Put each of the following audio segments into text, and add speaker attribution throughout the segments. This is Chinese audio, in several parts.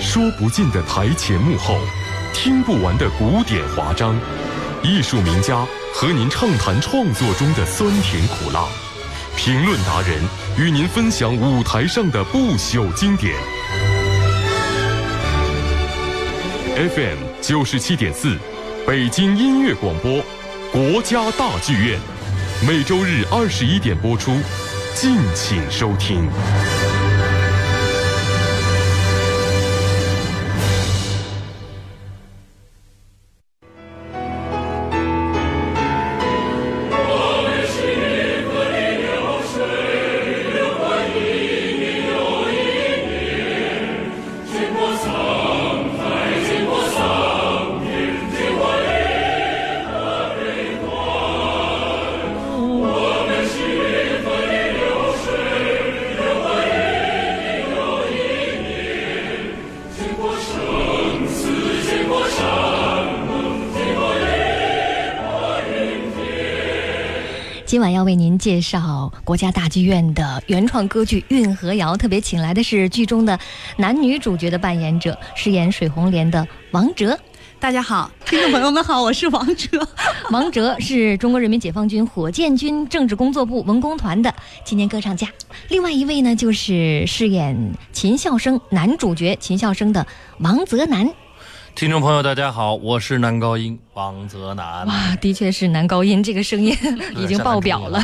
Speaker 1: 说不尽的台前幕后，听不完的古典华章，艺术名家和您畅谈创作中的酸甜苦辣，评论达人与您分享舞台上的不朽经典。FM 九十七点四，北京音乐广播，国家大剧院，每周日二十一点播出，敬请收听。
Speaker 2: 今晚要为您介绍国家大剧院的原创歌剧《运河谣》，特别请来的是剧中的男女主角的扮演者，饰演水红莲的王 哲。
Speaker 3: 大家好，听众朋友们好，我是王哲。
Speaker 2: 王哲是中国人民解放军火箭军政治工作部文工团的青年歌唱家。另外一位呢，就是饰演秦孝生男主角秦孝生的王泽南。
Speaker 4: 听众朋友，大家好，我是男高音王泽南。
Speaker 2: 哇，啊的确是男高音，这个 声音已经爆表了。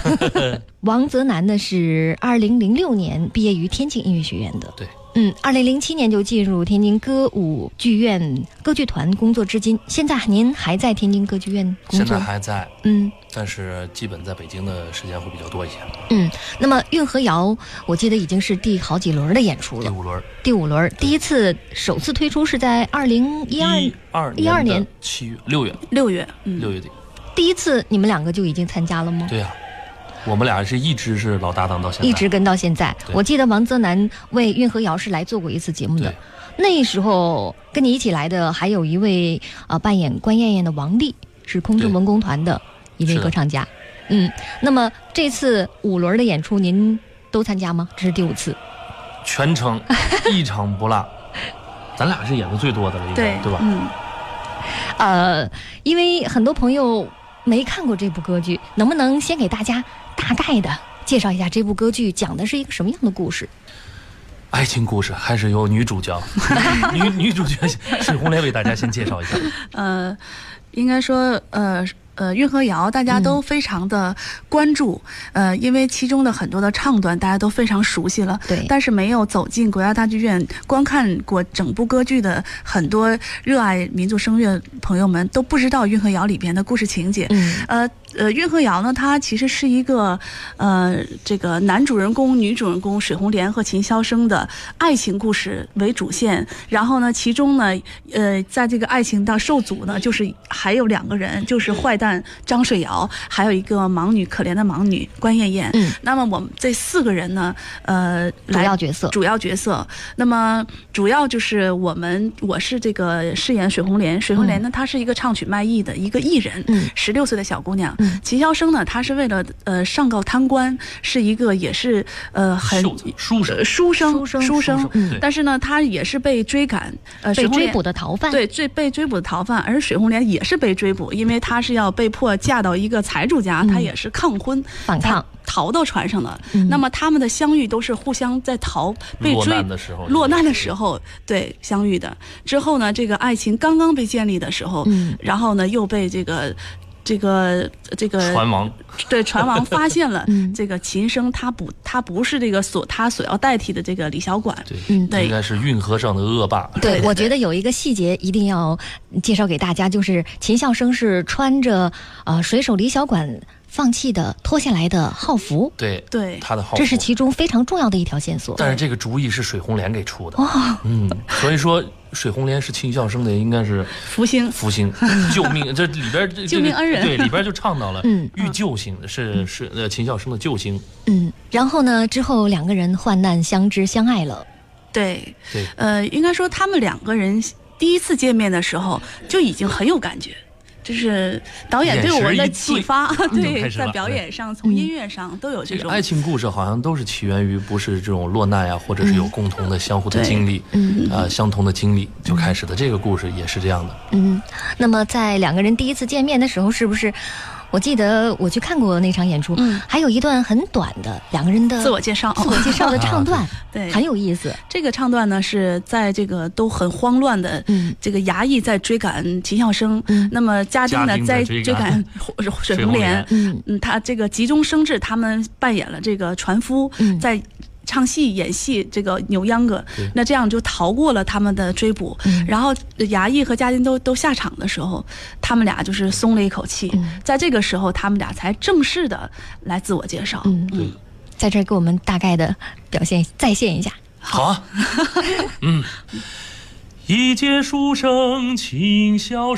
Speaker 2: 王泽南呢是二零零六年毕业于天津音乐学院的，
Speaker 4: 对，
Speaker 2: 嗯，二零零七年就进入天津歌舞剧院歌剧团工作，至今现在您还在天津歌剧院工
Speaker 4: 现
Speaker 2: 作
Speaker 4: 在？还在，
Speaker 2: 嗯
Speaker 4: 但是基本在北京的时间会比较多一些。
Speaker 2: 嗯。那么《运河谣》，我记得已经是第好几轮的演出
Speaker 4: 第
Speaker 2: 了，
Speaker 4: 五轮，
Speaker 2: 第五轮，第一次首次推出是在二零一二，
Speaker 4: 二
Speaker 2: 一二年
Speaker 4: 的七月六月
Speaker 3: 六月，嗯，
Speaker 4: 六月底，
Speaker 2: 第一次你们两个就已经参加了吗？
Speaker 4: 对呀、我们俩是一直是老搭档到现在，
Speaker 2: 一直跟到现在。
Speaker 4: 对
Speaker 2: 我记得王泽南为运河谣是来做过一次节目的
Speaker 4: 对，
Speaker 2: 那时候跟你一起来的还有一位呃扮演关艳艳的王丽，是空中
Speaker 4: 对
Speaker 2: 文工团的一位
Speaker 4: 是的
Speaker 2: 歌唱家。嗯，那么这次五轮的演出您都参加吗？这是第五次。
Speaker 4: 全程一场不落。咱俩是演的最多的了，应
Speaker 3: 对
Speaker 4: 该对吧？
Speaker 3: 嗯，
Speaker 2: 呃，因为很多朋友没看过这部歌剧，能不能先给大家大概的介绍一下这部歌剧讲的是一个什么样的故事？
Speaker 4: 爱情故事还是由女 主角，女女主角水红莲为大家先介绍一下。
Speaker 3: 呃，应该说，呃。呃，运河谣大家都非常的关注，呃，因为其中的很多的唱段大家都非常熟悉了，
Speaker 2: 对
Speaker 3: 但是没有走进国家大剧院观看过整部歌剧的很多热爱民族声乐朋友们都不知道运河谣里边的故事情节，
Speaker 2: 嗯
Speaker 3: 呃呃，运河谣呢，它其实是一个呃，这个男主人公、女主人公水红莲和秦霄生的爱情故事为主线。然后呢，其中呢，呃，在这个爱情的受阻呢，就是还有两个人，就是坏蛋张水尧，还有一个盲女，可怜的盲女关艳艳。
Speaker 2: 嗯，
Speaker 3: 那么我们这四个人呢，呃，
Speaker 2: 主
Speaker 3: 来
Speaker 2: 要角色。
Speaker 3: 主要角色。那么主要就是我们，我是这个饰演水红莲，水红莲呢，她是一个唱曲卖艺的一个艺人
Speaker 2: 嗯，
Speaker 3: 十六、岁的小姑娘。
Speaker 2: 嗯
Speaker 3: 秦霄生呢，他是为了呃上告贪官，是一个也是呃很
Speaker 4: 秀子书生
Speaker 3: 呃，书生
Speaker 2: 书生嗯
Speaker 3: 书生
Speaker 4: 书生对
Speaker 3: 但是呢，他也是被追赶，
Speaker 2: 被
Speaker 3: 呃，水红
Speaker 2: 追
Speaker 3: 莲
Speaker 2: 捕的逃犯，
Speaker 3: 对，最被追捕的逃犯，而水红莲也是被追捕，因为她是要被迫嫁到一个财主家，她也是抗婚，
Speaker 2: 嗯反抗
Speaker 3: 才逃到船上了。
Speaker 2: 嗯
Speaker 3: 那么他们的相遇都是互相在逃，被
Speaker 4: 落
Speaker 3: 追
Speaker 4: 难的时候
Speaker 3: 落难的时候对相遇的。之后呢，这个爱情刚刚被建立的时候，
Speaker 2: 嗯
Speaker 3: 然后呢又被这个。这个这个
Speaker 4: 船王
Speaker 3: 对船王发现了
Speaker 2: 嗯
Speaker 3: 这个琴声，他不他不是这个所他所要代替的这个李小管，
Speaker 4: 对，
Speaker 2: 嗯
Speaker 3: 对
Speaker 4: 应该是运河上的恶霸，
Speaker 2: 对，我觉
Speaker 3: 得
Speaker 2: 得有一个细节一定要介绍给大家，就是秦孝生是穿着呃水手李小管放弃的脱下来的号服，
Speaker 4: 对
Speaker 3: 对
Speaker 4: 他的号
Speaker 2: 这是
Speaker 4: 服
Speaker 2: 其中非常重要的一条线索。
Speaker 4: 但是这个主意是水红莲给出的，
Speaker 3: 哦
Speaker 4: 嗯，所以说水红莲是秦孝生的，应该是
Speaker 3: 福星
Speaker 4: 福星救命，这里边 这
Speaker 3: 救命恩人嗯
Speaker 4: 这个对里边就唱到了，
Speaker 2: 嗯
Speaker 4: 遇救星是是呃秦孝生的救星，
Speaker 2: 嗯，然后呢，之后两个人患难相知相爱了。
Speaker 3: 对，
Speaker 4: 对，
Speaker 3: 呃，应该说他们两个人第一次见面的时候就已经很有感觉，就是导演对我们的启发，
Speaker 4: 对哎就
Speaker 3: 对
Speaker 4: 开，始
Speaker 3: 在
Speaker 4: 了
Speaker 3: 表
Speaker 4: 嗯
Speaker 3: 演上，从音乐上都有这
Speaker 4: 这个
Speaker 3: 种
Speaker 4: 爱情故事好像都是起源于不是这种落难呀、或者是有共同的相互
Speaker 3: 嗯
Speaker 4: 的
Speaker 3: 对
Speaker 4: 经历，
Speaker 2: 嗯
Speaker 4: 啊、相同的经历就开始的。这个故事也是这样的。
Speaker 2: 嗯，那么在两个人第一次见面的时候，是不是？我记得我去看过那场演出，
Speaker 3: 嗯
Speaker 2: 还有一段很短的两个人的
Speaker 3: 自我介
Speaker 4: 哎
Speaker 3: 绍。
Speaker 2: 自我介绍的唱段，
Speaker 3: 对，
Speaker 2: 很有意思。
Speaker 3: 这个唱段呢是在这个都很慌乱的。
Speaker 2: 嗯
Speaker 3: 这个衙役在追赶秦孝生，
Speaker 2: 嗯
Speaker 3: 那么家丁呢
Speaker 4: 家丁
Speaker 3: 在
Speaker 4: 在
Speaker 3: 追
Speaker 4: 追赶
Speaker 3: 赶 水红
Speaker 4: 红
Speaker 3: 莲
Speaker 4: 莲，
Speaker 2: 嗯
Speaker 3: 嗯，他这个急中生智，他们扮演了这个船夫，
Speaker 2: 嗯
Speaker 3: 在唱戏、演戏，这个扭秧歌
Speaker 4: 对，
Speaker 3: 那这样就逃过了他们的追捕。
Speaker 2: 嗯
Speaker 3: 然后衙役和家丁都都下场的时候，他们俩就是松了一口气。
Speaker 2: 嗯
Speaker 3: 在这个时候，他们俩才正式的来自我介绍。
Speaker 2: 嗯
Speaker 3: 嗯，
Speaker 2: 在这儿给我们大概的表现再现一下。
Speaker 4: 好 啊，嗯。一介书生勤小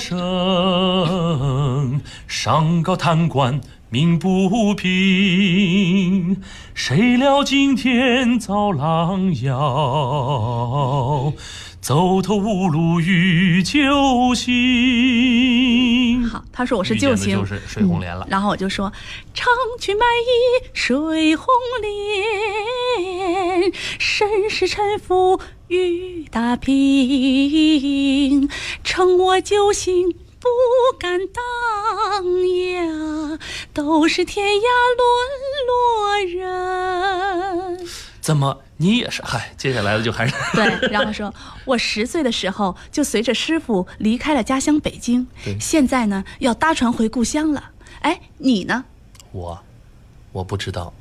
Speaker 4: 生，上高贪官鸣不平。谁料今天遭狼咬，走投无路遇救星。
Speaker 3: 好，他说我是
Speaker 4: 遇见
Speaker 3: 旧
Speaker 4: 的
Speaker 3: 情嗯
Speaker 4: 就。是水 红莲了。
Speaker 3: 然后我就说：“长裙白衣水红莲，身世沉浮雨打萍。乘我旧行不敢当呀，都是天涯沦落人。”
Speaker 4: 怎么你也是？嗨，接下来的就还是
Speaker 3: 对，然后说，我十岁的时候就随着师傅离开了家乡北京
Speaker 4: 对，
Speaker 3: 现在呢要搭船回故乡了。哎，你呢？
Speaker 4: 我，我不知道。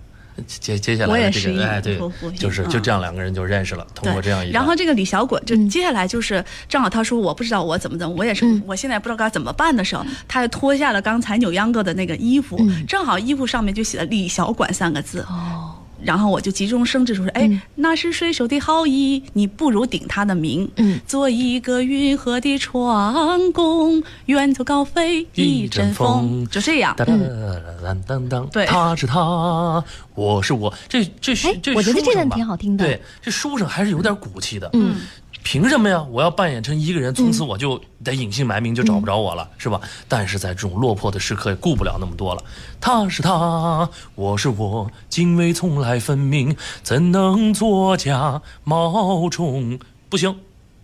Speaker 4: 接接下来
Speaker 3: 我也
Speaker 4: 的
Speaker 3: 是
Speaker 4: 这
Speaker 3: 一
Speaker 4: 个，哎，对
Speaker 3: 不不，
Speaker 4: 就是
Speaker 3: 嗯
Speaker 4: 就这样两个人就认识了，通过这样一
Speaker 3: 对，
Speaker 4: 个，
Speaker 3: 然后这个李小滚就
Speaker 2: 嗯
Speaker 3: 接下来就是正好他说我不知道我怎么怎么，我也是、
Speaker 2: 嗯
Speaker 3: 我现在不知道该怎么办的时候，他就脱下了刚才扭秧歌的那个衣服，
Speaker 2: 嗯
Speaker 3: 正好衣服上面就写了李小管三个字，
Speaker 2: 哦，
Speaker 3: 然后我就急中生智说：“哎，
Speaker 2: 嗯
Speaker 3: 那是水手的好意，你不如顶他的名，
Speaker 2: 嗯
Speaker 3: 做一个运河的船工，远走高飞一
Speaker 4: 一
Speaker 3: 阵
Speaker 4: 阵
Speaker 3: 风。
Speaker 4: 风
Speaker 3: 就这样
Speaker 4: 哒。哒
Speaker 2: 嗯
Speaker 4: 当当当，
Speaker 3: 对
Speaker 4: 他是他，我是我，这这
Speaker 2: 哎
Speaker 4: 这，
Speaker 2: 我觉得
Speaker 4: 书
Speaker 2: 这段
Speaker 4: 生吧
Speaker 2: 挺好听的
Speaker 4: 对，这书生还是有点骨气的，
Speaker 2: 嗯，
Speaker 4: 凭什么呀？我要扮演成一个人，从此我就得隐姓埋名，就找不着我
Speaker 2: 嗯
Speaker 4: 了，是吧？但是在这种落魄的时刻，也顾不了那么多了。他是他，我是我，泾渭从来分明，怎能作假冒充？不行，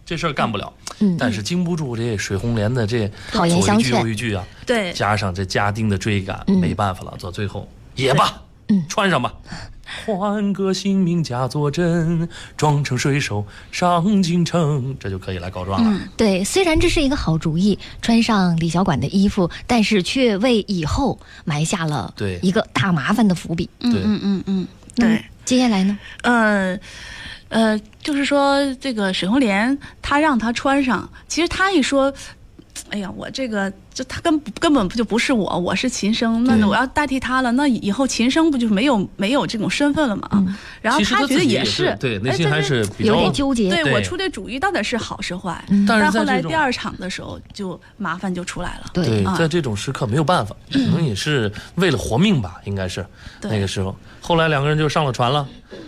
Speaker 4: 这事儿干不了。
Speaker 2: 嗯
Speaker 4: 但是经不住这水红莲的这
Speaker 2: 好言
Speaker 4: 左
Speaker 2: 相
Speaker 4: 一句
Speaker 2: 劝
Speaker 4: 右一句啊，
Speaker 3: 对
Speaker 4: 加上这家丁的追赶，
Speaker 2: 嗯
Speaker 4: 没办法了，到最后也罢，
Speaker 2: 嗯
Speaker 4: 穿上吧。换个新名假作真，装成水手上京城，这就可以来告状了。
Speaker 3: 嗯
Speaker 2: 对，虽然这是一个好主意，穿上李小管的衣服，但是却为以后埋下了
Speaker 4: 对
Speaker 2: 一个大麻烦的伏笔。
Speaker 3: 嗯
Speaker 4: 对
Speaker 3: 嗯嗯嗯，
Speaker 2: 那么
Speaker 3: 对，
Speaker 2: 接下来呢？
Speaker 3: 嗯。呃，就是说，这个水红莲，他让他穿上。其实他一说，哎呀，我这个，就他根根本就不是我，我是琴声，那
Speaker 4: 对
Speaker 3: 我要代替他了，那以后琴声不就是没有没有这种身份了吗？
Speaker 2: 嗯
Speaker 3: 然后
Speaker 4: 其实
Speaker 3: 他觉
Speaker 4: 自
Speaker 3: 得
Speaker 4: 己也
Speaker 3: 是，
Speaker 4: 对，
Speaker 3: 哎
Speaker 4: 内心
Speaker 3: 这
Speaker 4: 还
Speaker 3: 这
Speaker 4: 是比
Speaker 2: 有
Speaker 4: 较
Speaker 2: 点。纠结。
Speaker 3: 对
Speaker 4: 对
Speaker 3: 我出这主意到底是好是坏，
Speaker 2: 嗯
Speaker 4: 但
Speaker 3: 但
Speaker 4: 是
Speaker 3: 后
Speaker 4: 在
Speaker 3: 来
Speaker 4: 这种
Speaker 3: 第二场的时候，就麻烦就出来了。
Speaker 2: 对
Speaker 4: 对
Speaker 3: 啊，
Speaker 4: 在这种时刻没有办法，可能也是为了活命吧，应该是
Speaker 3: 嗯对
Speaker 4: 那个时候。后来两个人就上了船了，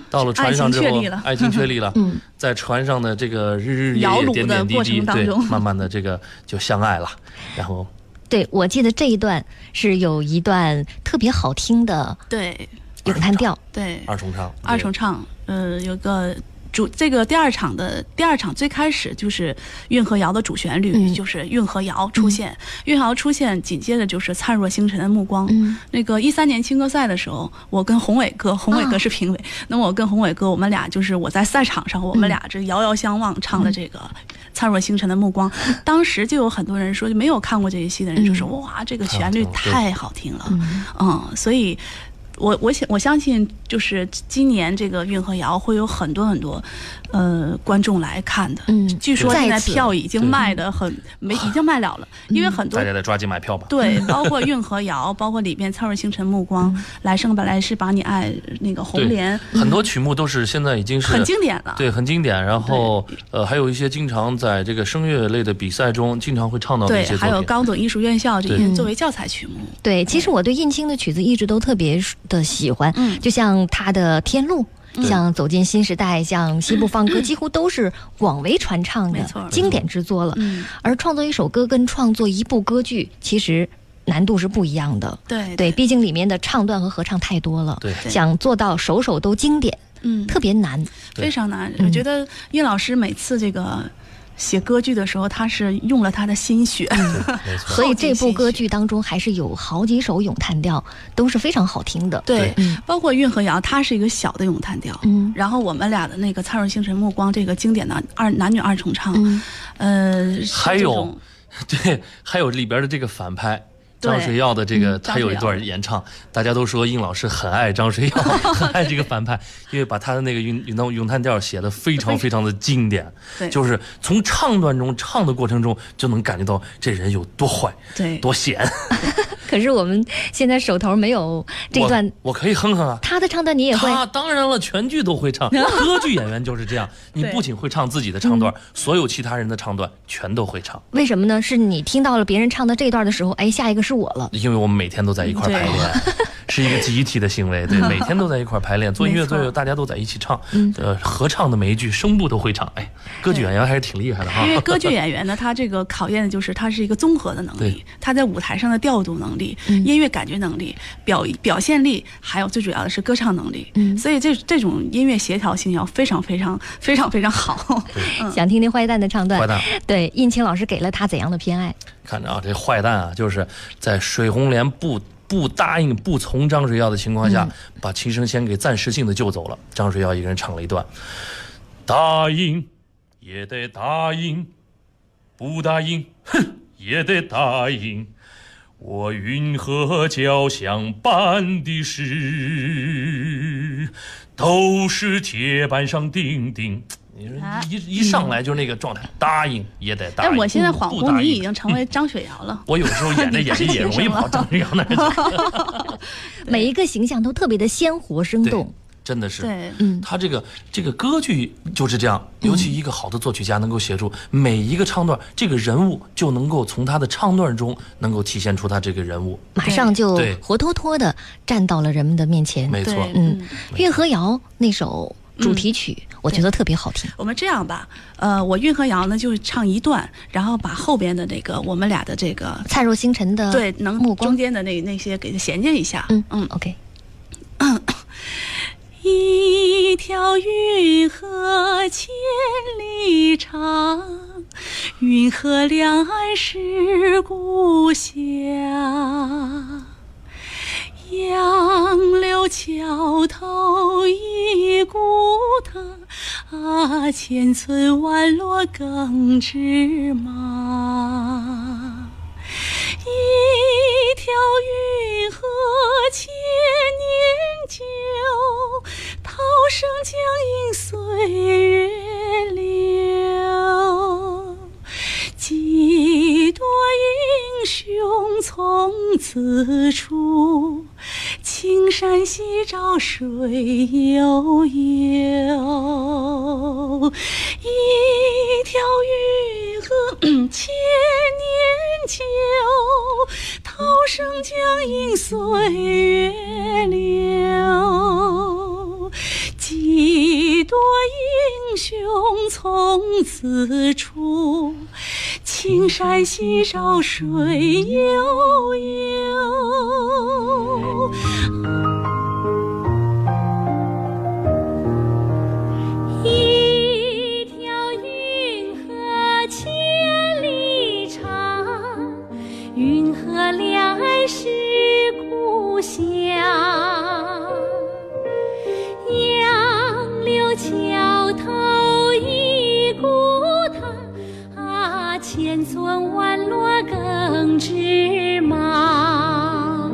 Speaker 4: 到了船上之
Speaker 3: 爱情
Speaker 4: 后
Speaker 3: 确立了，
Speaker 4: 爱情确立了。
Speaker 2: 嗯
Speaker 4: 在船上的这个日日夜
Speaker 3: 摇橹
Speaker 4: 夜、
Speaker 3: 的
Speaker 4: 点点滴
Speaker 3: 过
Speaker 4: 滴，
Speaker 3: 程当
Speaker 4: 对
Speaker 3: 中，
Speaker 4: 慢慢的这个就相爱了，然后
Speaker 2: 对，我记得这一段是有一段特别好听的
Speaker 3: 对
Speaker 2: 咏叹调，
Speaker 3: 对，
Speaker 4: 二重唱，
Speaker 3: 二重唱，呃，有个主这个第二场的第二场最开始就是运河谣的主旋律，
Speaker 2: 嗯
Speaker 3: 就是运河谣出现，运河谣出现，紧接着就是灿若星辰的目光。
Speaker 2: 嗯
Speaker 3: 那个一三年青歌赛的时候，我跟宏伟哥，宏伟哥
Speaker 2: 啊
Speaker 3: 是评委，那么我跟宏伟哥，我们俩就是我在赛场上，我
Speaker 2: 嗯
Speaker 3: 们俩这遥遥相望，唱的这个《灿若星辰的 目光》，当时就有很多人说，就没有看过这一戏的人就说，哇，这个旋律太
Speaker 4: 太
Speaker 3: 好听了，
Speaker 2: 嗯
Speaker 3: 嗯，所以。我我想我相信，就是今年这个运河谣会有很多很多，呃，观众来看的。
Speaker 2: 嗯
Speaker 3: 据说
Speaker 2: 再
Speaker 3: 现在
Speaker 2: 次嗯
Speaker 3: 票已经卖的很没，已经卖了了，因为很多
Speaker 4: 大家得抓紧买票吧。
Speaker 3: 对，包括运河谣，包括里边灿若星辰目光，来生本来是把你爱那个红
Speaker 4: 嗯对
Speaker 3: 莲，
Speaker 4: 很多曲目都是现在已经是
Speaker 3: 很经典了。
Speaker 4: 对，很经典。然后呃，还有一些经常在这个声乐类的比赛中经常会唱到的一
Speaker 3: 对，
Speaker 4: 些
Speaker 3: 还有
Speaker 4: 作品。
Speaker 3: 高等艺术院校这些
Speaker 2: 对
Speaker 3: 作为教材曲目，
Speaker 2: 对，其实我对燕青的曲子一直都特别的喜欢，
Speaker 3: 嗯
Speaker 2: 就像他的《天路》像走进新时代，像西部放歌，几乎都是广为传唱
Speaker 3: 没
Speaker 2: 的
Speaker 3: 错儿
Speaker 2: 经典之作了。
Speaker 3: 嗯，
Speaker 2: 而创作一首歌跟创作一部歌剧，其实难度是不一样的。
Speaker 3: 对
Speaker 2: 对，，毕竟里面的唱段和合唱太多了，
Speaker 4: 对
Speaker 3: 对
Speaker 2: 想做到首首都经典
Speaker 3: 嗯，
Speaker 2: 特别难。
Speaker 4: 对
Speaker 3: 非常难。
Speaker 2: 嗯
Speaker 3: 我觉得叶老师每次这个写歌剧的时候，他是用了他的心血。
Speaker 4: 对没错。
Speaker 2: 所以这部歌剧当中还是有好几首咏叹调都是非常好听的。
Speaker 3: 对，
Speaker 2: 嗯
Speaker 3: 包括《运河谣》，它是一个小的咏叹调。
Speaker 2: 嗯
Speaker 3: 然后我们俩的那个《灿若星辰目光》，这个经典的二男女二重唱，
Speaker 2: 嗯，
Speaker 3: 呃，是
Speaker 4: 还
Speaker 3: 这
Speaker 4: 有
Speaker 3: 种
Speaker 4: 对，还有里边的这个反派。
Speaker 3: 对
Speaker 4: 张水耀的这个，
Speaker 3: 嗯
Speaker 4: 他有一
Speaker 3: 张水耀
Speaker 4: 段演唱，大家都说应老师很爱张水耀， 很爱这个反派，因为把他的那个咏咏咏叹调写的非常非常的经典，
Speaker 3: 对
Speaker 4: 就是从唱段中唱的过程中就能感觉到这人有多坏、
Speaker 3: 对
Speaker 4: 多险。
Speaker 2: 可是我们现在手头没有这
Speaker 4: 我
Speaker 2: 段，
Speaker 4: 我可以哼哼啊，
Speaker 2: 他的唱段你也会。
Speaker 4: 他当然了，全剧都会唱，歌剧演员就是这样，你
Speaker 3: 对
Speaker 4: 不仅会唱自己的唱段，所有其他人的唱段全都会唱，
Speaker 2: 为什么呢？是你听到了别人唱的这段的时候，哎，下一个是我了。
Speaker 4: 因为我们每天都在一块儿
Speaker 3: 对
Speaker 4: 排练，是一个集体的行为，对，每天都在一块儿排练，做音乐
Speaker 3: 没错
Speaker 4: 作业大家都在一起唱，呃，合唱的每一句声部都会唱，哎，歌剧演员还是挺厉害的哈
Speaker 3: 因。为歌剧演员呢，他这个考验的就是他是一个综合的能力
Speaker 4: 对，
Speaker 3: 他在舞台上的调度能
Speaker 2: 嗯
Speaker 3: 力、音乐感觉能力、表表现力，还有最主要的是歌唱能力。
Speaker 2: 嗯
Speaker 3: 所以这这种音乐协调性要非常非常非常非常好。
Speaker 2: 想听听坏蛋的唱
Speaker 4: 坏
Speaker 2: 段，
Speaker 4: 蛋，
Speaker 2: 对，印青老师给了他怎样的偏爱？
Speaker 4: 看着啊，这坏蛋啊，就是在水红莲不不答应、不从张水耀的情况下，把秦升仙给暂时性的救走了。张水耀一个人唱了一段，答应也得答应，不答应哼也得答应。我云和交响办的事，都是铁板上钉钉。你说
Speaker 3: 啊
Speaker 4: 一一一上来就是那个状态，答应也得答应。
Speaker 3: 但我现在恍
Speaker 4: 不嗯
Speaker 3: 惚，
Speaker 4: 答
Speaker 3: 你
Speaker 4: 应
Speaker 3: 已经成为张雪瑶了。
Speaker 4: 我有时候演着演着也容易跑张志阳那儿去，
Speaker 2: 每一个形象都特别的鲜活生动。
Speaker 4: 真的是。
Speaker 3: 对，
Speaker 2: 嗯
Speaker 4: 他这个这个歌剧就是这样，尤其一个好的作曲家能够写出每一个唱段，这个人物就能够从他的唱段中能够体现出他这个人物，
Speaker 2: 马上就
Speaker 4: 对
Speaker 2: 活脱脱的站到了人们的面前。
Speaker 4: 没错
Speaker 3: 对，，
Speaker 2: 嗯，《运河谣》那首主题曲，
Speaker 3: 嗯
Speaker 2: 我觉得特别好听。
Speaker 3: 我们这样吧，呃，我运和瑶呢就是唱一段，然后把后边的那个我们俩的这个
Speaker 2: 灿若星辰的
Speaker 3: 对能
Speaker 2: 目
Speaker 3: 中
Speaker 2: 光，
Speaker 3: 间的那那些给它衔接一下。
Speaker 2: 嗯
Speaker 3: 呃嗯。
Speaker 2: ，OK，
Speaker 3: 一条运河千里长，运河两岸是故乡。杨柳桥头一故堂，啊，千村万落耕织忙。一条运河千年久，涛声江映岁月流。几多英雄从此出，青山夕照水悠悠。一条运河千年久，涛声江映岁月流。几多英雄从此出，青山夕照水悠悠。
Speaker 5: 一条运河千里长，运河两岸是故乡。杨柳桥头一故堂，啊，千村万落耕织忙。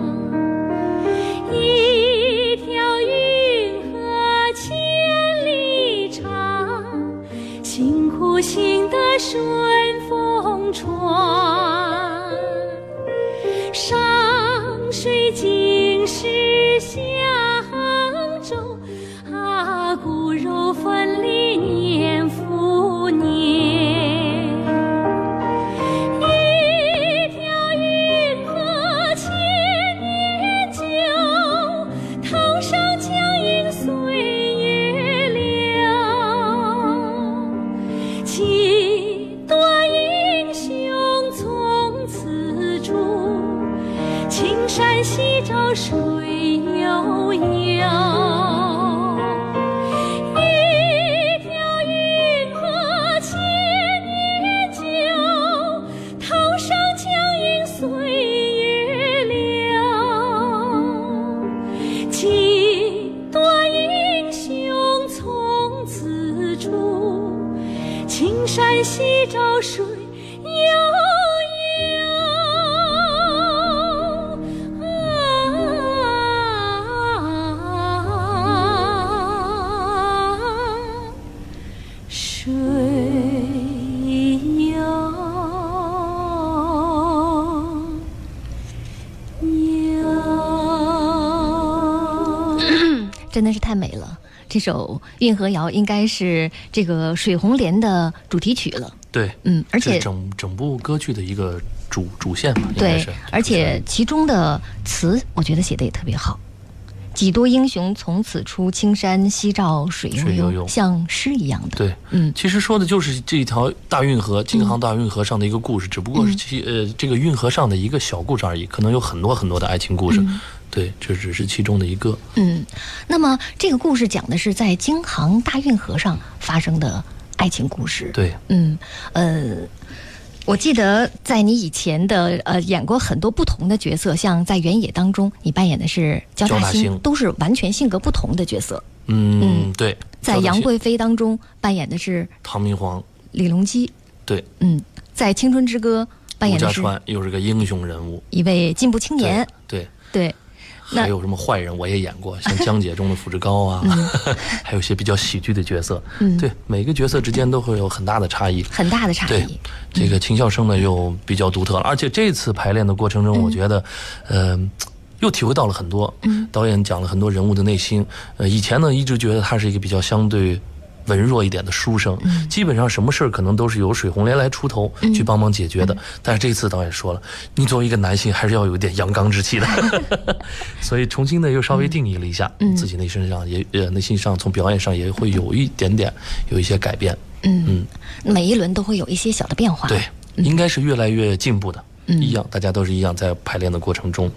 Speaker 5: 山西找水悠悠啊，水悠。有。
Speaker 2: 真的是太美了。这首《运河谣》应该是这个《水红莲》的主题曲了。
Speaker 4: 对，
Speaker 2: 嗯，而
Speaker 4: 这
Speaker 2: 且
Speaker 4: 是整整部歌剧的一个主主线吧，应该
Speaker 2: 对
Speaker 4: 是。，
Speaker 2: 而且其中的词我觉得写的也特别好。几多英雄从此出，青山夕照水
Speaker 4: 水
Speaker 2: 悠
Speaker 4: 悠
Speaker 2: 悠，
Speaker 4: 悠
Speaker 2: 像诗一样的。
Speaker 4: 对，
Speaker 2: 嗯
Speaker 4: 其实说的就是这一条大运河，京杭大运河上的一个故事，只不过
Speaker 2: 嗯
Speaker 4: 是其呃这个运河上的一个小故事而已，可能有很多很多的爱情故事，对，这只是其中的一个。
Speaker 2: 嗯，那么这个故事讲的是在京杭大运河上发生的爱情故事。
Speaker 4: 对，
Speaker 2: 嗯，呃，我记得在你以前的呃演过很多不同的角色，像在《原野》当中，你扮演的是焦
Speaker 4: 焦
Speaker 2: 大
Speaker 4: 大
Speaker 2: 兴，
Speaker 4: 兴
Speaker 2: 都是完全性格不同的角色。
Speaker 4: 嗯，对，
Speaker 2: 在
Speaker 4: 交
Speaker 2: 《
Speaker 4: 代
Speaker 2: 杨
Speaker 4: 信
Speaker 2: 贵妃》当中扮演的是
Speaker 4: 唐明皇，
Speaker 2: 李隆基，
Speaker 4: 对，
Speaker 2: 嗯，在《青春之歌》扮
Speaker 4: 吴
Speaker 2: 演
Speaker 4: 家
Speaker 2: 的是
Speaker 4: 川又是个英雄人物，
Speaker 2: 一位进步青年，
Speaker 4: 对。
Speaker 2: 对，那
Speaker 4: 还有什么坏人我也演过， 像江姐中的福志高啊， 还有一些比较喜剧的角色。
Speaker 2: 嗯
Speaker 4: 对，每个角色之间都会有很大的差异。
Speaker 2: 很大的差
Speaker 4: 对
Speaker 2: 异。，嗯
Speaker 4: 这个秦孝生呢又比较独特了，而且这次排练的过程中，我觉得，嗯、又体会到了很多。
Speaker 2: 嗯
Speaker 4: 导演讲了很多人物的内心。呃，以前呢一直觉得他是一个比较相对。文弱一点的书生，
Speaker 2: 嗯
Speaker 4: 基本上什么事儿可能都是由水红莲来出头、去帮忙解决
Speaker 2: 嗯
Speaker 4: 的。但是这次导演说了，你作为一个男性，还是要有一点阳刚之 气的，所以重新呢又稍微定义了一下、
Speaker 2: 嗯
Speaker 4: 自己内心上也呃内心上从表演上也会有一点点有一些改变。嗯
Speaker 2: 每一轮都会有一些小的变化。
Speaker 4: 对，
Speaker 2: 嗯
Speaker 4: 应该是越来越进步的。一样，大家都是一样，在排练的过程中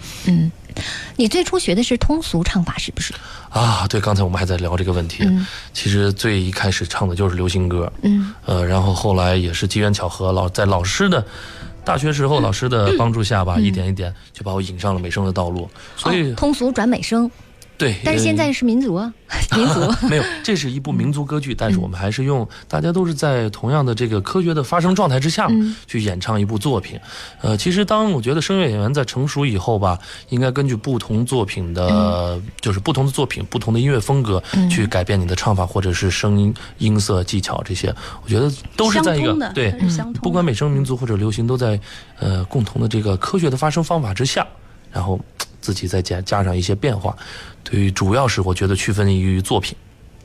Speaker 2: 你最初学的是通俗唱法，是不是？
Speaker 4: 啊，对，刚才我们还在聊这个问题。其实最一开始唱的就是流行歌，
Speaker 2: 嗯，
Speaker 4: 呃，然后后来也是机缘巧合，老在老师的大学时候老师
Speaker 2: 嗯
Speaker 4: 的帮助下吧，一点一点就把我引上了美声的道路。所以，
Speaker 2: 哦、通俗转美声，
Speaker 4: 对，
Speaker 2: 但是现在
Speaker 4: 呃
Speaker 2: 是民族 啊，民族。
Speaker 4: 没有，这是一部民族歌剧，
Speaker 3: 嗯
Speaker 4: 但是我们还是用大家都是在同样的这个科学的发声状态之下
Speaker 3: 嗯
Speaker 4: 去演唱一部作品。呃，其实当我觉得声乐演员在成熟以后吧，应该根据不同作品的，
Speaker 3: 嗯
Speaker 4: 就是不同的作品、不同的音乐风格去改变你的唱法或者是声音、音色、技巧这些，我觉得都是
Speaker 3: 相
Speaker 4: 在一
Speaker 3: 通
Speaker 4: 个
Speaker 3: 的，
Speaker 4: 对
Speaker 3: 它是相通的
Speaker 4: 不管美声、民族或者流行，都在呃共同的这个科学的发声方法之下，然后嘖自己再加加上一些变化。对于主要是我觉得区分于作品。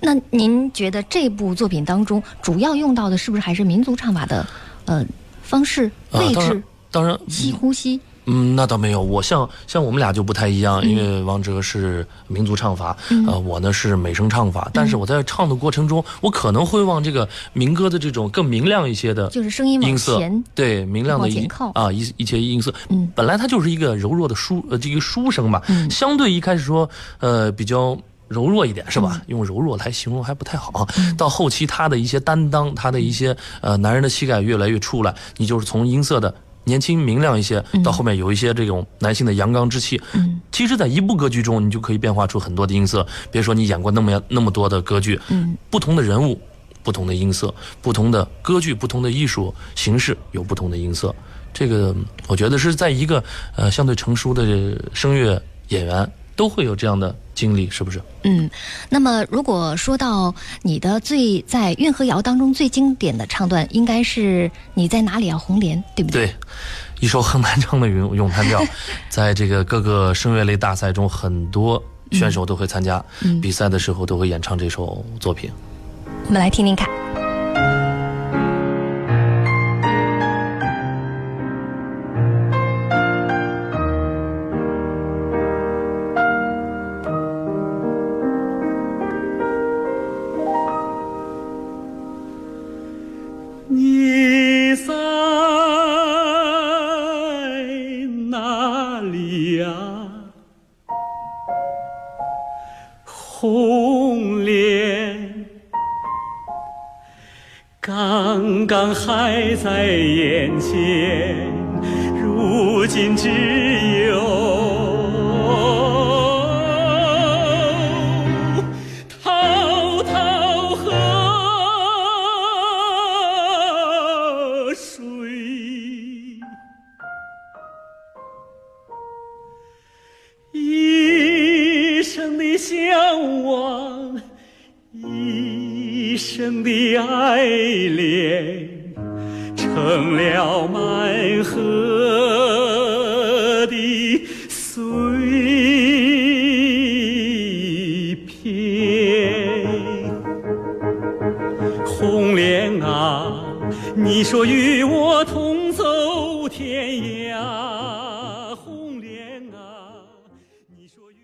Speaker 2: 那您觉得这部作品当中主要用到的是不是还是民族唱法的呃方式、
Speaker 4: 啊
Speaker 2: 位
Speaker 4: 当
Speaker 2: 置
Speaker 4: 然、当然，
Speaker 2: 吸呼吸？
Speaker 4: 嗯，那倒没有。我像像我们俩就不太一样，因
Speaker 2: 嗯
Speaker 4: 为王哲是民族唱法，呃，我呢是美声唱法。但
Speaker 2: 嗯
Speaker 4: 是我在唱的过程中，我可能会往这个民歌的这种更明亮一些的，
Speaker 2: 就是声音往
Speaker 4: 音色
Speaker 2: 前，
Speaker 4: 对明亮的
Speaker 2: 往前
Speaker 4: 音
Speaker 2: 靠
Speaker 4: 啊，一一些音色。
Speaker 2: 哦嗯
Speaker 4: 本来它就是一个柔弱的书，呃，这个书声吧，
Speaker 2: 嗯
Speaker 4: 相对一开始说，呃，比较。柔弱一点是
Speaker 2: 嗯
Speaker 4: 吧？用柔弱来形容还不太好。啊到后期他的一些担当，他的一些呃男人的气概越来越出来，你就是从音色的年轻明亮一些，到后面有一些这种男性的阳刚之气。
Speaker 2: 嗯
Speaker 4: 其实，在一部歌剧中，你就可以变化出很多的音色。别说你演过那么样那么多的歌剧，
Speaker 2: 嗯，
Speaker 4: 不同的人物、不同的音色、不同的歌剧、不同的艺术形式有不同的音色。这个嗯我觉得是在一个呃相对成熟的声乐演员都会有这样的经历，是不是？
Speaker 2: 嗯。那么如果说到你的最在运河谣当中最经典的唱段，应该是你在哪里啊？红莲，对不对？
Speaker 4: 对，一首很难唱的咏咏叹 调，在这个各个声乐类大赛中，很多选手都会参加、比赛的时候都会演唱这首作品。
Speaker 2: 我们来听听看。
Speaker 6: 你在哪里呀、红莲刚刚还在眼前，如今只有滔滔河向往，一生的爱恋，成了满河的碎片。红莲啊，你说与我同走天涯，红莲啊，你说与我。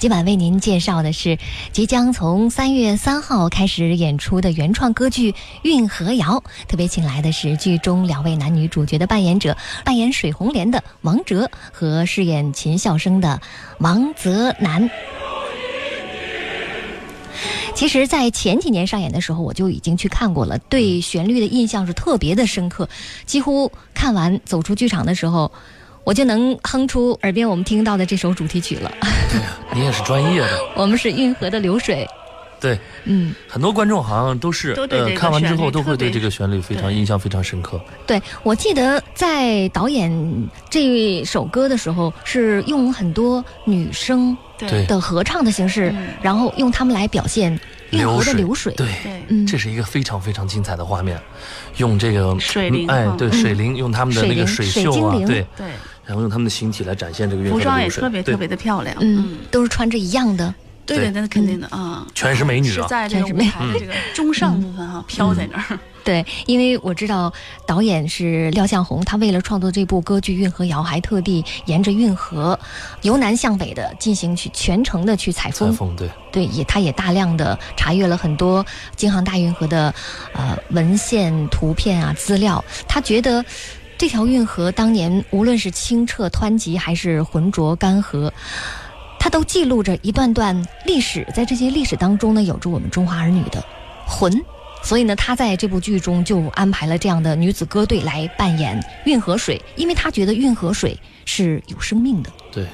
Speaker 2: 今晚为您介绍的是即将从三月三号开始演出的原创歌剧《运河谣》，特别请来的是剧中两位男女主角的扮演者，扮演水红莲的王哲和饰演秦孝生的王泽南。其实，在前几年上演的时候，我就已经去看过了，对旋律的印象是特别的深刻，几乎看完走出剧场的时候，我就能哼出耳边我们听到的这首主题曲了。
Speaker 4: 你也是专业的，
Speaker 2: 我们是运河的流水，
Speaker 4: 对，
Speaker 2: 嗯，
Speaker 4: 很多观众好像都是
Speaker 7: 都对这
Speaker 4: 呃
Speaker 7: 个
Speaker 4: 看完之
Speaker 7: 旋
Speaker 4: 后
Speaker 7: 律
Speaker 4: 都
Speaker 7: 特
Speaker 4: 会对
Speaker 7: 别
Speaker 4: 这个旋律非常
Speaker 7: 对
Speaker 4: 印象非常深刻。
Speaker 2: 对我记得在导演这首歌的时候，是用很多女生
Speaker 4: 对
Speaker 2: 的合唱的形式，
Speaker 7: 嗯
Speaker 2: 然后用她们来表现运河的流水，
Speaker 4: 对，
Speaker 7: 对
Speaker 2: 嗯，
Speaker 4: 这是一个非常非常精彩的画面，用这个
Speaker 7: 水灵
Speaker 4: 嗯哎，
Speaker 7: 哈
Speaker 4: 对水灵，用他们的
Speaker 2: 水
Speaker 4: 那个
Speaker 2: 灵
Speaker 4: 水
Speaker 2: 水
Speaker 4: 袖啊
Speaker 2: 精灵，
Speaker 4: 对，
Speaker 7: 对，
Speaker 4: 然后用他们的形体来展现这个运河
Speaker 7: 服
Speaker 4: 的
Speaker 7: 装
Speaker 4: 流
Speaker 7: 也
Speaker 4: 水
Speaker 7: 特别
Speaker 4: 对
Speaker 7: 特别的漂亮。
Speaker 2: 嗯，，都是穿着一样的，
Speaker 7: 对对，那肯定的啊。
Speaker 4: 全是美女
Speaker 7: 是
Speaker 4: 啊，嗯
Speaker 7: 在这个
Speaker 2: 全是
Speaker 7: 舞
Speaker 2: 美
Speaker 7: 台的这个中上部分哈，飘在那儿。
Speaker 2: 对，因为我知道导演是廖向红，他为了创作这部歌剧《运河谣》，还特地沿着运河由南向北的进行去全程的去采
Speaker 4: 采
Speaker 2: 风，
Speaker 4: 风对，
Speaker 2: 对，也他也大量的查阅了很多京杭大运河的呃文献、图片啊资料。他觉得这条运河当年无论是清澈湍急，还是浑浊干涸。它都记录着一段段历史，在这些历史当中呢，有着我们中华儿女的魂。所以呢，他在这部剧中就安排了这样的女子歌队来扮演运河水，因为他觉得运河水是有生命的。
Speaker 4: 对，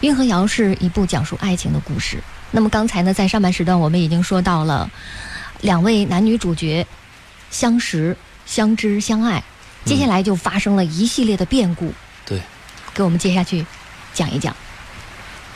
Speaker 2: 《运河谣》是一部讲述爱情的故事。那么刚才呢，在上半时段我们已经说到了两位男女主角相识、相知、相爱，接
Speaker 4: 嗯
Speaker 2: 下来就发生了一系列的变故。
Speaker 4: 对
Speaker 2: 给我们接下去讲一讲，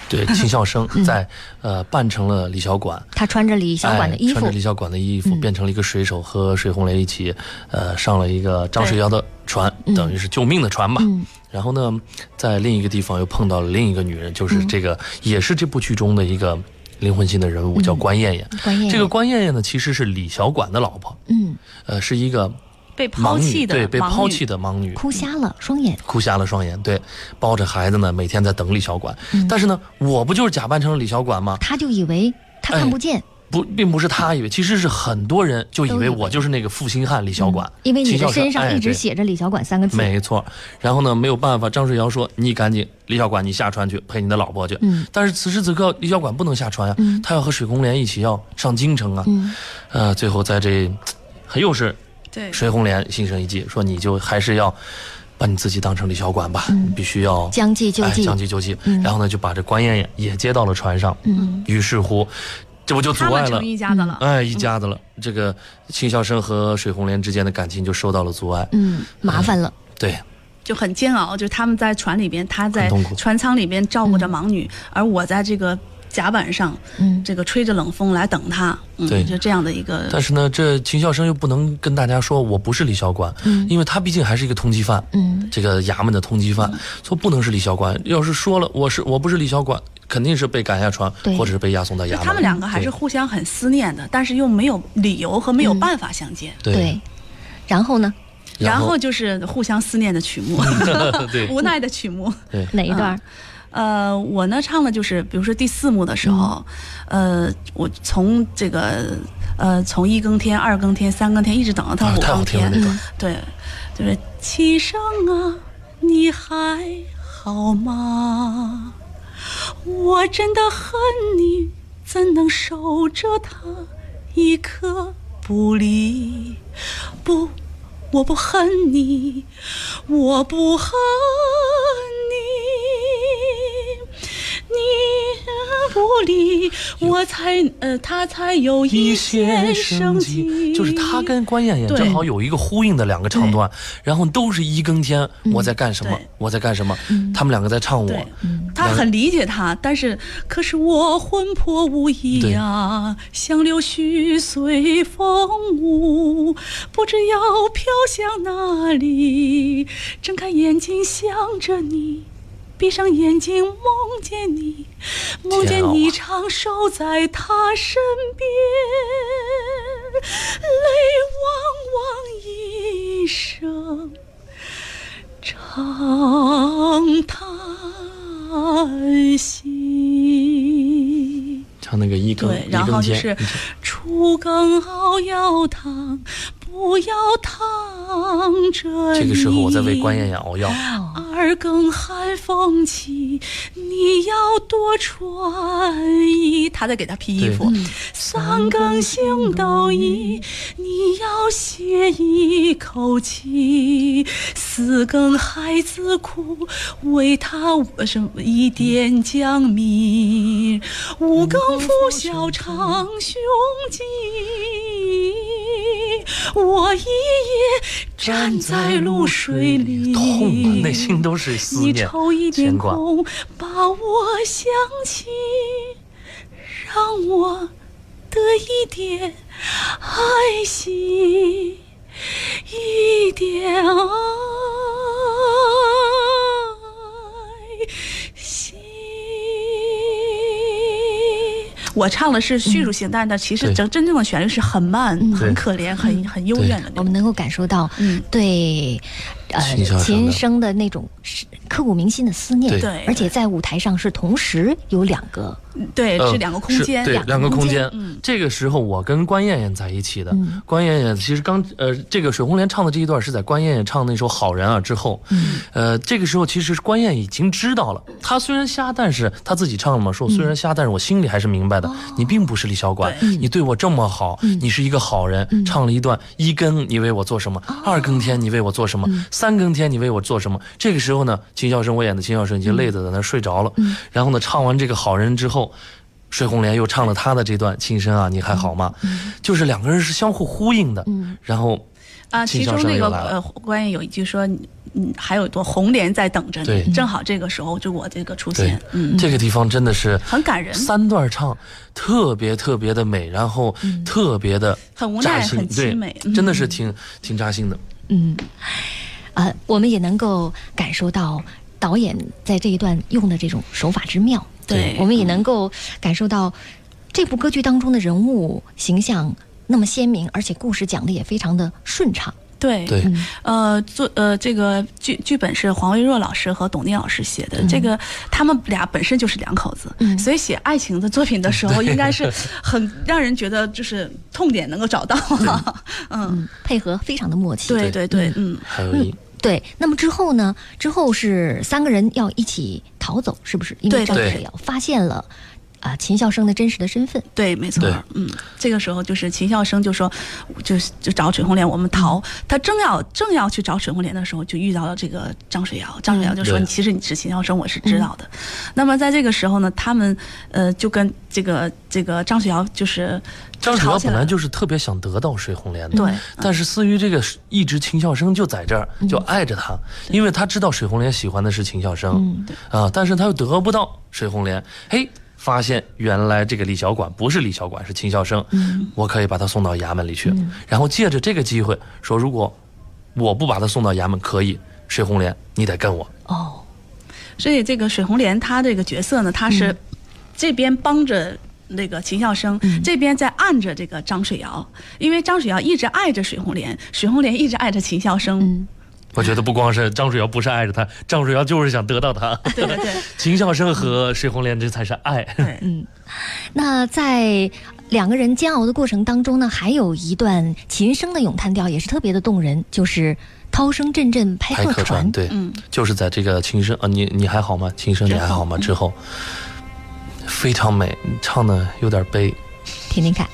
Speaker 4: 对，秦孝生在呃扮成了李小管，
Speaker 2: 他穿着嗯李小管的
Speaker 4: 哎
Speaker 2: 衣
Speaker 4: 穿
Speaker 2: 服
Speaker 4: 着，李小管的衣服，
Speaker 2: 嗯
Speaker 4: 变成了一个水手，和水红莲一起，呃，上了一个张水妖的船，
Speaker 2: 嗯
Speaker 4: 等于是救命的船吧。
Speaker 2: 嗯
Speaker 4: 然后呢，在另一个地方又碰到了另一个女人，
Speaker 2: 嗯
Speaker 4: 就是这个、也是这部剧中的一个灵魂性的人物，
Speaker 2: 嗯
Speaker 4: 叫关艳艳。
Speaker 2: 关燕
Speaker 4: 这个关艳艳呢，其实是李小管的老婆，
Speaker 2: 嗯
Speaker 4: 呃，是一个
Speaker 7: 被
Speaker 4: 盲
Speaker 7: 抛
Speaker 4: 女，
Speaker 7: 弃的，
Speaker 4: 对，被
Speaker 7: 盲
Speaker 4: 抛
Speaker 7: 女
Speaker 4: 弃的盲女，
Speaker 2: 哭瞎了双眼，
Speaker 4: 哭瞎了双眼，对，抱着孩子呢，每天在等李小管。
Speaker 2: 嗯
Speaker 4: 但是呢，我不就是假扮成了李小管吗？
Speaker 2: 他就以为
Speaker 4: 哎
Speaker 2: 他看不见，
Speaker 4: 不，并不是他以为，其实是很多人就以
Speaker 2: 都以
Speaker 4: 为
Speaker 2: 为嗯
Speaker 4: 我就是那个负心汉李小管，
Speaker 2: 因为你
Speaker 4: 秦
Speaker 2: 的
Speaker 4: 孝生
Speaker 2: 身上
Speaker 4: 哎
Speaker 2: 一直
Speaker 4: 对
Speaker 2: 写着“李小管”三个字。
Speaker 4: 没错，然后呢，没有办法，张水尧说：“你赶紧，李小管，你下船去陪你的老婆去。”
Speaker 2: 嗯，
Speaker 4: 但是此时此刻，李小管不能下船呀、
Speaker 2: 嗯
Speaker 4: 他要和水红莲一起要上京城啊。
Speaker 2: 嗯，
Speaker 4: 呃，最后在这，又是
Speaker 7: 对，
Speaker 4: 水红莲心生一计，说你就还是要把你自己当成李小管吧，
Speaker 2: 嗯
Speaker 4: 必须要
Speaker 2: 将计就
Speaker 4: 哎、
Speaker 2: 计，
Speaker 4: 将计就计。
Speaker 2: 嗯
Speaker 4: 然后呢，就把这关艳艳也接到了船上。
Speaker 2: 嗯
Speaker 4: 于是乎，这不就阻
Speaker 7: 他
Speaker 4: 碍
Speaker 7: 们
Speaker 4: 了
Speaker 7: 成一家嗯的了。
Speaker 4: 哎一家子了？这个秦孝生和水红莲之间的感情就受到了阻碍。
Speaker 2: 嗯，麻烦了，
Speaker 4: 对，
Speaker 7: 就很煎熬，就是他们在船里边，他在
Speaker 4: 很痛苦
Speaker 7: 船舱里边照顾着盲女，而我在这个甲板上，
Speaker 2: 嗯
Speaker 7: 这个吹着冷风来等他，嗯
Speaker 4: 对，
Speaker 7: 就这样的一个，
Speaker 4: 但是呢，这秦孝生又不能跟大家说我不是李小管，
Speaker 2: 嗯
Speaker 4: 因为他毕竟还是一个通缉犯，
Speaker 2: 嗯
Speaker 4: 这个衙门的通缉犯，
Speaker 7: 嗯
Speaker 4: 说不能是李小管。要是说了我是我不是李小管，肯定是被赶下船
Speaker 2: 对，
Speaker 4: 或者是被押送到衙
Speaker 7: 就
Speaker 4: 门。
Speaker 7: 他们两个还是互相很思念的，但是又没有理由和没有
Speaker 2: 嗯
Speaker 7: 办法相见，
Speaker 4: 对对，
Speaker 2: 然后呢？
Speaker 4: 然
Speaker 7: 然
Speaker 4: 后
Speaker 7: 后就是互相思念的曲目，
Speaker 4: 对
Speaker 7: 无奈的曲目。
Speaker 2: 哪一段
Speaker 7: 嗯
Speaker 2: 儿？
Speaker 7: 呃，我呢唱的就是，比如说第四幕的时候，
Speaker 4: 嗯
Speaker 7: 呃，我从这个呃从一更天、二更天、三更天一直等到
Speaker 4: 啊
Speaker 7: 到五
Speaker 4: 太好
Speaker 7: 更
Speaker 4: 听了
Speaker 7: 天，
Speaker 4: 那段，
Speaker 7: 对，就是七声啊，你还好吗？我真的恨你，怎能守着他一刻不离？不，我不恨你，我不恨你，你不理我才呃，他才有
Speaker 4: 一
Speaker 7: 线
Speaker 4: 线
Speaker 7: 生
Speaker 4: 生机，就是他跟关燕燕
Speaker 7: 对
Speaker 4: 正好有一个呼应的两个唱段，然后都是一更天，我在干什么
Speaker 7: 嗯对，嗯
Speaker 4: 我在干什么，他们两个在唱我
Speaker 7: 对，，他很理解他，但是可是我魂魄无依呀、像柳絮随风舞，不知要飘向哪里。睁开眼睛想着你，闭上眼睛梦见你，梦
Speaker 4: 啊
Speaker 7: 见你常守在他身边，泪汪汪一生。长叹息。
Speaker 4: 唱那个一更
Speaker 7: 对，
Speaker 4: 一
Speaker 7: 然
Speaker 4: 更
Speaker 7: 后就
Speaker 4: 天，
Speaker 7: 是初更熬药汤，不要烫着
Speaker 4: 这个时候我在为关燕
Speaker 7: 你
Speaker 4: 燕熬药，
Speaker 7: 二更寒风起，你要多穿衣。他在给他披衣服。三更星斗一，你要歇一口气。四更孩子哭，为他呃什么一点江米。五更拂晓长胸襟，我一夜站在露水里。
Speaker 4: 痛啊，内心都是思
Speaker 7: 你
Speaker 4: 念
Speaker 7: 抽一、点
Speaker 4: 牵挂。
Speaker 7: 空，把我想起，让我得一点爱惜，一点爱惜。我唱的是叙述性，但是它其实
Speaker 4: 对
Speaker 7: 真真正的旋律是很慢、很
Speaker 4: 对
Speaker 7: 可怜、很很幽
Speaker 4: 对
Speaker 7: 怨的那
Speaker 2: 我
Speaker 7: 种。
Speaker 2: 们能够感受到
Speaker 7: 嗯
Speaker 2: 对呃
Speaker 4: 秦霄生
Speaker 2: 琴
Speaker 4: 的
Speaker 2: 声的那种是刻骨铭心的思念，
Speaker 4: 对
Speaker 7: 对
Speaker 2: 而且在舞台上是同时有两个，
Speaker 7: 对，
Speaker 4: 呃
Speaker 7: 是两个空
Speaker 4: 是
Speaker 7: 间，
Speaker 4: 对，两个空间。
Speaker 7: 嗯，
Speaker 4: 这个时候我跟关燕燕在一起的，关燕燕其实刚呃，这个水红莲唱的这一段是在关燕燕唱那首《好人啊》之后，呃，这个时候其实是关燕已经知道了，她虽然瞎，但是她自己唱了嘛，说我虽然瞎，但是我心里还是明白的，你并不是李小管，你对我这么好，你是一个好人。唱了一段一更，你为我做什么？二更天，你为我做什么？三更天，你为我做什么？这个时候呢，秦孝生我演的秦孝生已经累得在那儿睡着了，然后呢，唱完这个好人之后。水红莲又唱了她的这段《情深啊，你还好吗》，
Speaker 7: 嗯
Speaker 4: 就是两个人是相互呼应的。然后
Speaker 7: 啊，
Speaker 4: 秦
Speaker 7: 其
Speaker 4: 孝
Speaker 7: 中
Speaker 4: 生
Speaker 7: 那
Speaker 4: 又
Speaker 7: 个
Speaker 4: 来了
Speaker 7: 呃，关键有一句说，嗯，还有一朵红莲在等着
Speaker 4: 对
Speaker 7: 你，正好这个时候就我这个出
Speaker 4: 对
Speaker 7: 现，，嗯，
Speaker 4: 这个地方真的是
Speaker 7: 很感人，
Speaker 4: 三段唱，特别特别的美，然后特别的
Speaker 7: 嗯很无
Speaker 4: 扎
Speaker 7: 奈，
Speaker 4: 心，
Speaker 7: 很
Speaker 4: 对
Speaker 7: 凄美，，嗯
Speaker 4: 真的是挺挺扎心的。
Speaker 2: 嗯，呃，我们也能够感受到导演在这一段用的这种手法之妙，
Speaker 7: 对
Speaker 2: 我们也能够感受到这部歌剧当中的人物形象那么鲜明，而且故事讲的也非常的顺畅。
Speaker 7: 对
Speaker 4: 对，
Speaker 7: 呃，作呃，这个剧剧本是黄维若老师和董宁老师写的。
Speaker 4: 嗯
Speaker 7: 这个他们俩本身就是两口子，
Speaker 2: 嗯
Speaker 7: 所以写爱情的作品的时候，应 该是很让人觉得就是痛点能够找到。嗯，
Speaker 2: 嗯，配合非常的默契。
Speaker 7: 对对对，嗯，
Speaker 4: 还有一
Speaker 2: 对那么之后呢？之后是三个人要一起逃走，是不是？因为
Speaker 7: 对
Speaker 2: 赵
Speaker 4: 对
Speaker 2: 志尧发现了啊、秦孝生的真实的身份。
Speaker 7: 对，没错
Speaker 4: 对，
Speaker 7: 嗯，这个时候就是秦孝生就说，就就找水红莲，我们逃。他正要正要去找水红莲的时候，就遇到了这个张水尧。张水尧就说：“
Speaker 4: 对嗯
Speaker 7: 你其实你是秦孝生，我是知道的。那么在这个时候呢，他们呃就跟这个这个张水尧就是
Speaker 4: 张楚
Speaker 7: 吵
Speaker 4: 尧
Speaker 7: 起
Speaker 4: 本
Speaker 7: 来
Speaker 4: 来
Speaker 7: 了。
Speaker 4: 就是特别想得到水红莲的，
Speaker 7: 对，
Speaker 4: 但是思于这个一直秦孝生就在这儿，就爱着他，因为他知道水红莲喜欢的是秦孝生，啊，但是他又得不到水红莲，嘿。发现原来这个李小管不是李小管，是秦孝生，我可以把他送到衙门里去，嗯然后借着这个机会说，如果我不把他送到衙门，可以，水红莲你得跟我，
Speaker 2: 哦，
Speaker 7: 所以这个水红莲她这个角色呢，她
Speaker 4: 嗯
Speaker 7: 是这边帮着。那个秦孝生、
Speaker 4: 嗯
Speaker 7: 这边在按着这个张水尧，因为张水尧一直爱着水红莲，水红莲一直爱着秦孝生，
Speaker 4: 嗯我觉得不光是张水尧不是爱着他，张水尧就是想得到他， 哎
Speaker 7: 对对对，
Speaker 4: 秦孝生和水红莲这才是爱，
Speaker 7: 对，
Speaker 4: 嗯
Speaker 2: 那在两个人煎熬的过程当中呢，还有一段琴声的咏叹调也是特别的动人，就是“涛声阵阵拍
Speaker 4: 拍
Speaker 2: 客
Speaker 4: 客
Speaker 2: 船”
Speaker 4: 船，对，
Speaker 7: 嗯
Speaker 4: 就是在这个琴声啊，你你还好吗？琴声你还好吗？之后非常美，唱的有点悲。
Speaker 2: 听听看。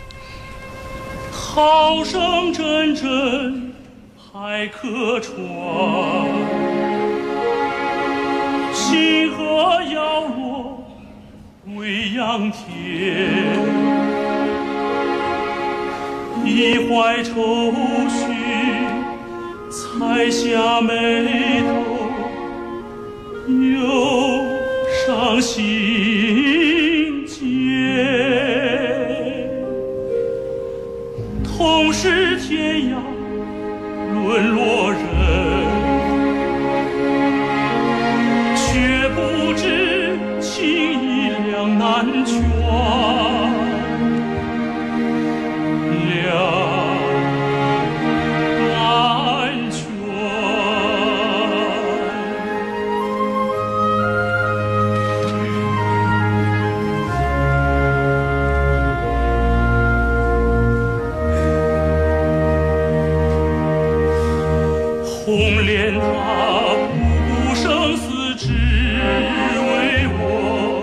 Speaker 4: 涛
Speaker 6: 涛声阵阵拍客船，星河摇落未央天，一怀愁绪才下眉头，又上心间。同是天涯沦落人，却不知情意两难全。两难全。红莲塔不顾生死，只为我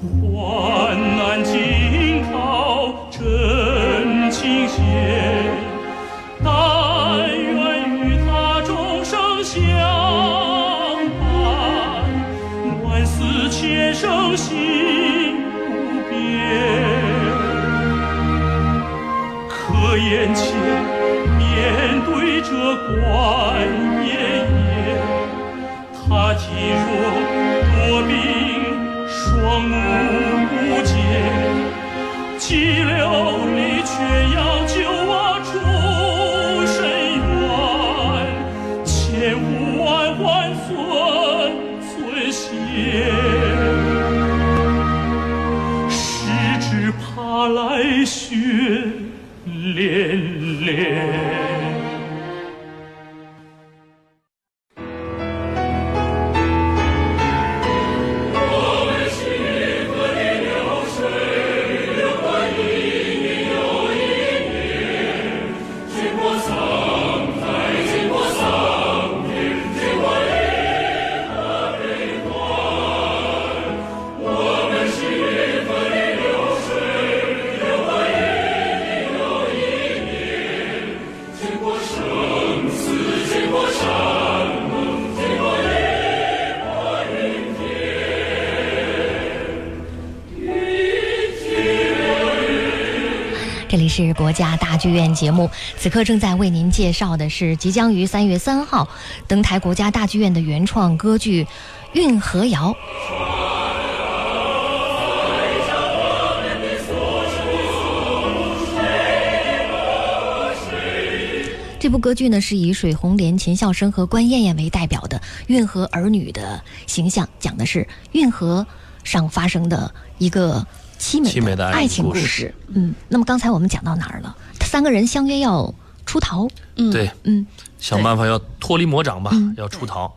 Speaker 6: 患难惊涛真情险。但愿与他终生相伴，万死千生心不变。可眼前面对着关爷爷，他体弱多病，双目不见，急流里却要救我出深渊，千呼万唤寸寸血。十指爬来雪连连。
Speaker 2: 这里是国家大剧院节目，此刻正在为您介绍的是即将于三月三号登台国家大剧院的原创歌剧《运河谣》。这部歌剧呢，是以水红莲、秦孝生和关燕燕为代表的运河儿女的形象，讲的是运河上发生的一个凄
Speaker 4: 凄
Speaker 2: 美
Speaker 4: 美
Speaker 2: 的
Speaker 4: 的
Speaker 2: 爱
Speaker 4: 爱
Speaker 2: 情
Speaker 4: 情
Speaker 2: 故
Speaker 4: 故事
Speaker 2: 事。嗯，那么刚才我们讲到哪儿了？三个人相约要出逃。嗯
Speaker 4: 对，
Speaker 2: 嗯，
Speaker 4: 想办法要脱离魔掌吧，
Speaker 7: 嗯
Speaker 4: 要出逃。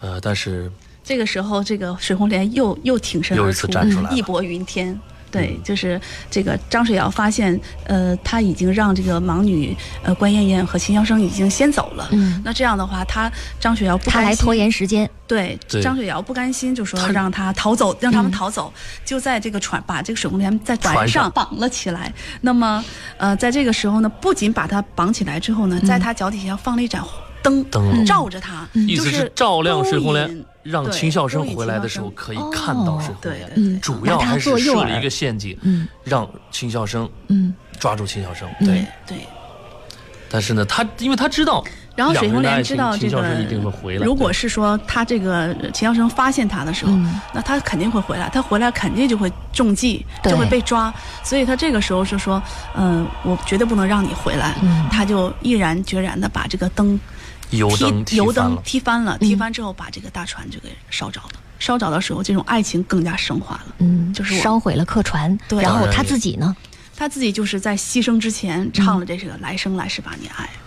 Speaker 4: 呃，但是
Speaker 7: 这个时候，这个水红莲又又挺身
Speaker 4: 又
Speaker 7: 而
Speaker 4: 一次
Speaker 7: 出，
Speaker 4: 站出来了嗯
Speaker 7: 义薄云天。对，就是这个张水尧发现，呃，他已经让这个盲女呃关燕燕和秦霄生已经先走了。
Speaker 2: 嗯
Speaker 7: 那这样的话，他张水尧不
Speaker 2: 他
Speaker 7: 甘
Speaker 2: 来
Speaker 7: 心
Speaker 2: 拖延时间，
Speaker 7: 对，
Speaker 4: 对嗯
Speaker 7: 张水尧不甘心，就说让他逃走，让他们逃走，就在这个船把这个水红莲在船
Speaker 4: 船上
Speaker 7: 上绑了起来。那么，呃，在这个时候呢，不仅把他绑起来之后呢，在他脚底下放了一盏灯，
Speaker 4: 嗯灯笼嗯
Speaker 7: 照着他，
Speaker 4: 意
Speaker 7: 就
Speaker 4: 思是照亮水红
Speaker 7: 勾
Speaker 4: 莲
Speaker 7: 引，
Speaker 4: 让
Speaker 7: 对
Speaker 4: 秦孝生
Speaker 7: 勾引
Speaker 4: 回来的时候
Speaker 7: 秦
Speaker 4: 可以看到水红
Speaker 7: 哦对
Speaker 4: 莲。
Speaker 7: 对
Speaker 4: 主要还是设了一个陷阱
Speaker 2: 嗯，
Speaker 4: 让秦孝生
Speaker 2: 嗯，
Speaker 4: 抓住秦孝生。
Speaker 2: 嗯
Speaker 4: 对，
Speaker 7: 对。
Speaker 4: 但是呢，他因为他知道，
Speaker 7: 然后水红莲知道这
Speaker 4: 秦孝生一定会
Speaker 7: 个
Speaker 4: 回，来。
Speaker 7: 如果是说他这个呃秦孝生发现他的时候，
Speaker 2: 嗯
Speaker 7: 那他肯定会回来，他回来肯定就会中计，
Speaker 2: 对
Speaker 7: 就会被抓。所以他这个时候就说，嗯、我绝对不能让你回来。
Speaker 2: 嗯
Speaker 7: 他就毅然决然的把这个灯
Speaker 4: 对油灯踢
Speaker 7: 踢油
Speaker 4: 翻
Speaker 7: 灯
Speaker 4: 了，
Speaker 7: 踢翻
Speaker 2: 嗯
Speaker 7: 了，踢翻之后把这个大船就给烧着了。烧着的时候，这种爱情更加升华了。
Speaker 2: 嗯，
Speaker 7: 就是我
Speaker 2: 烧毁了客船，
Speaker 7: 对
Speaker 2: 然后
Speaker 4: 当然
Speaker 2: 他
Speaker 4: 也
Speaker 2: 自己呢，
Speaker 7: 他自己就是在牺牲之前唱了这首《来生来世把你爱》。
Speaker 3: Ah.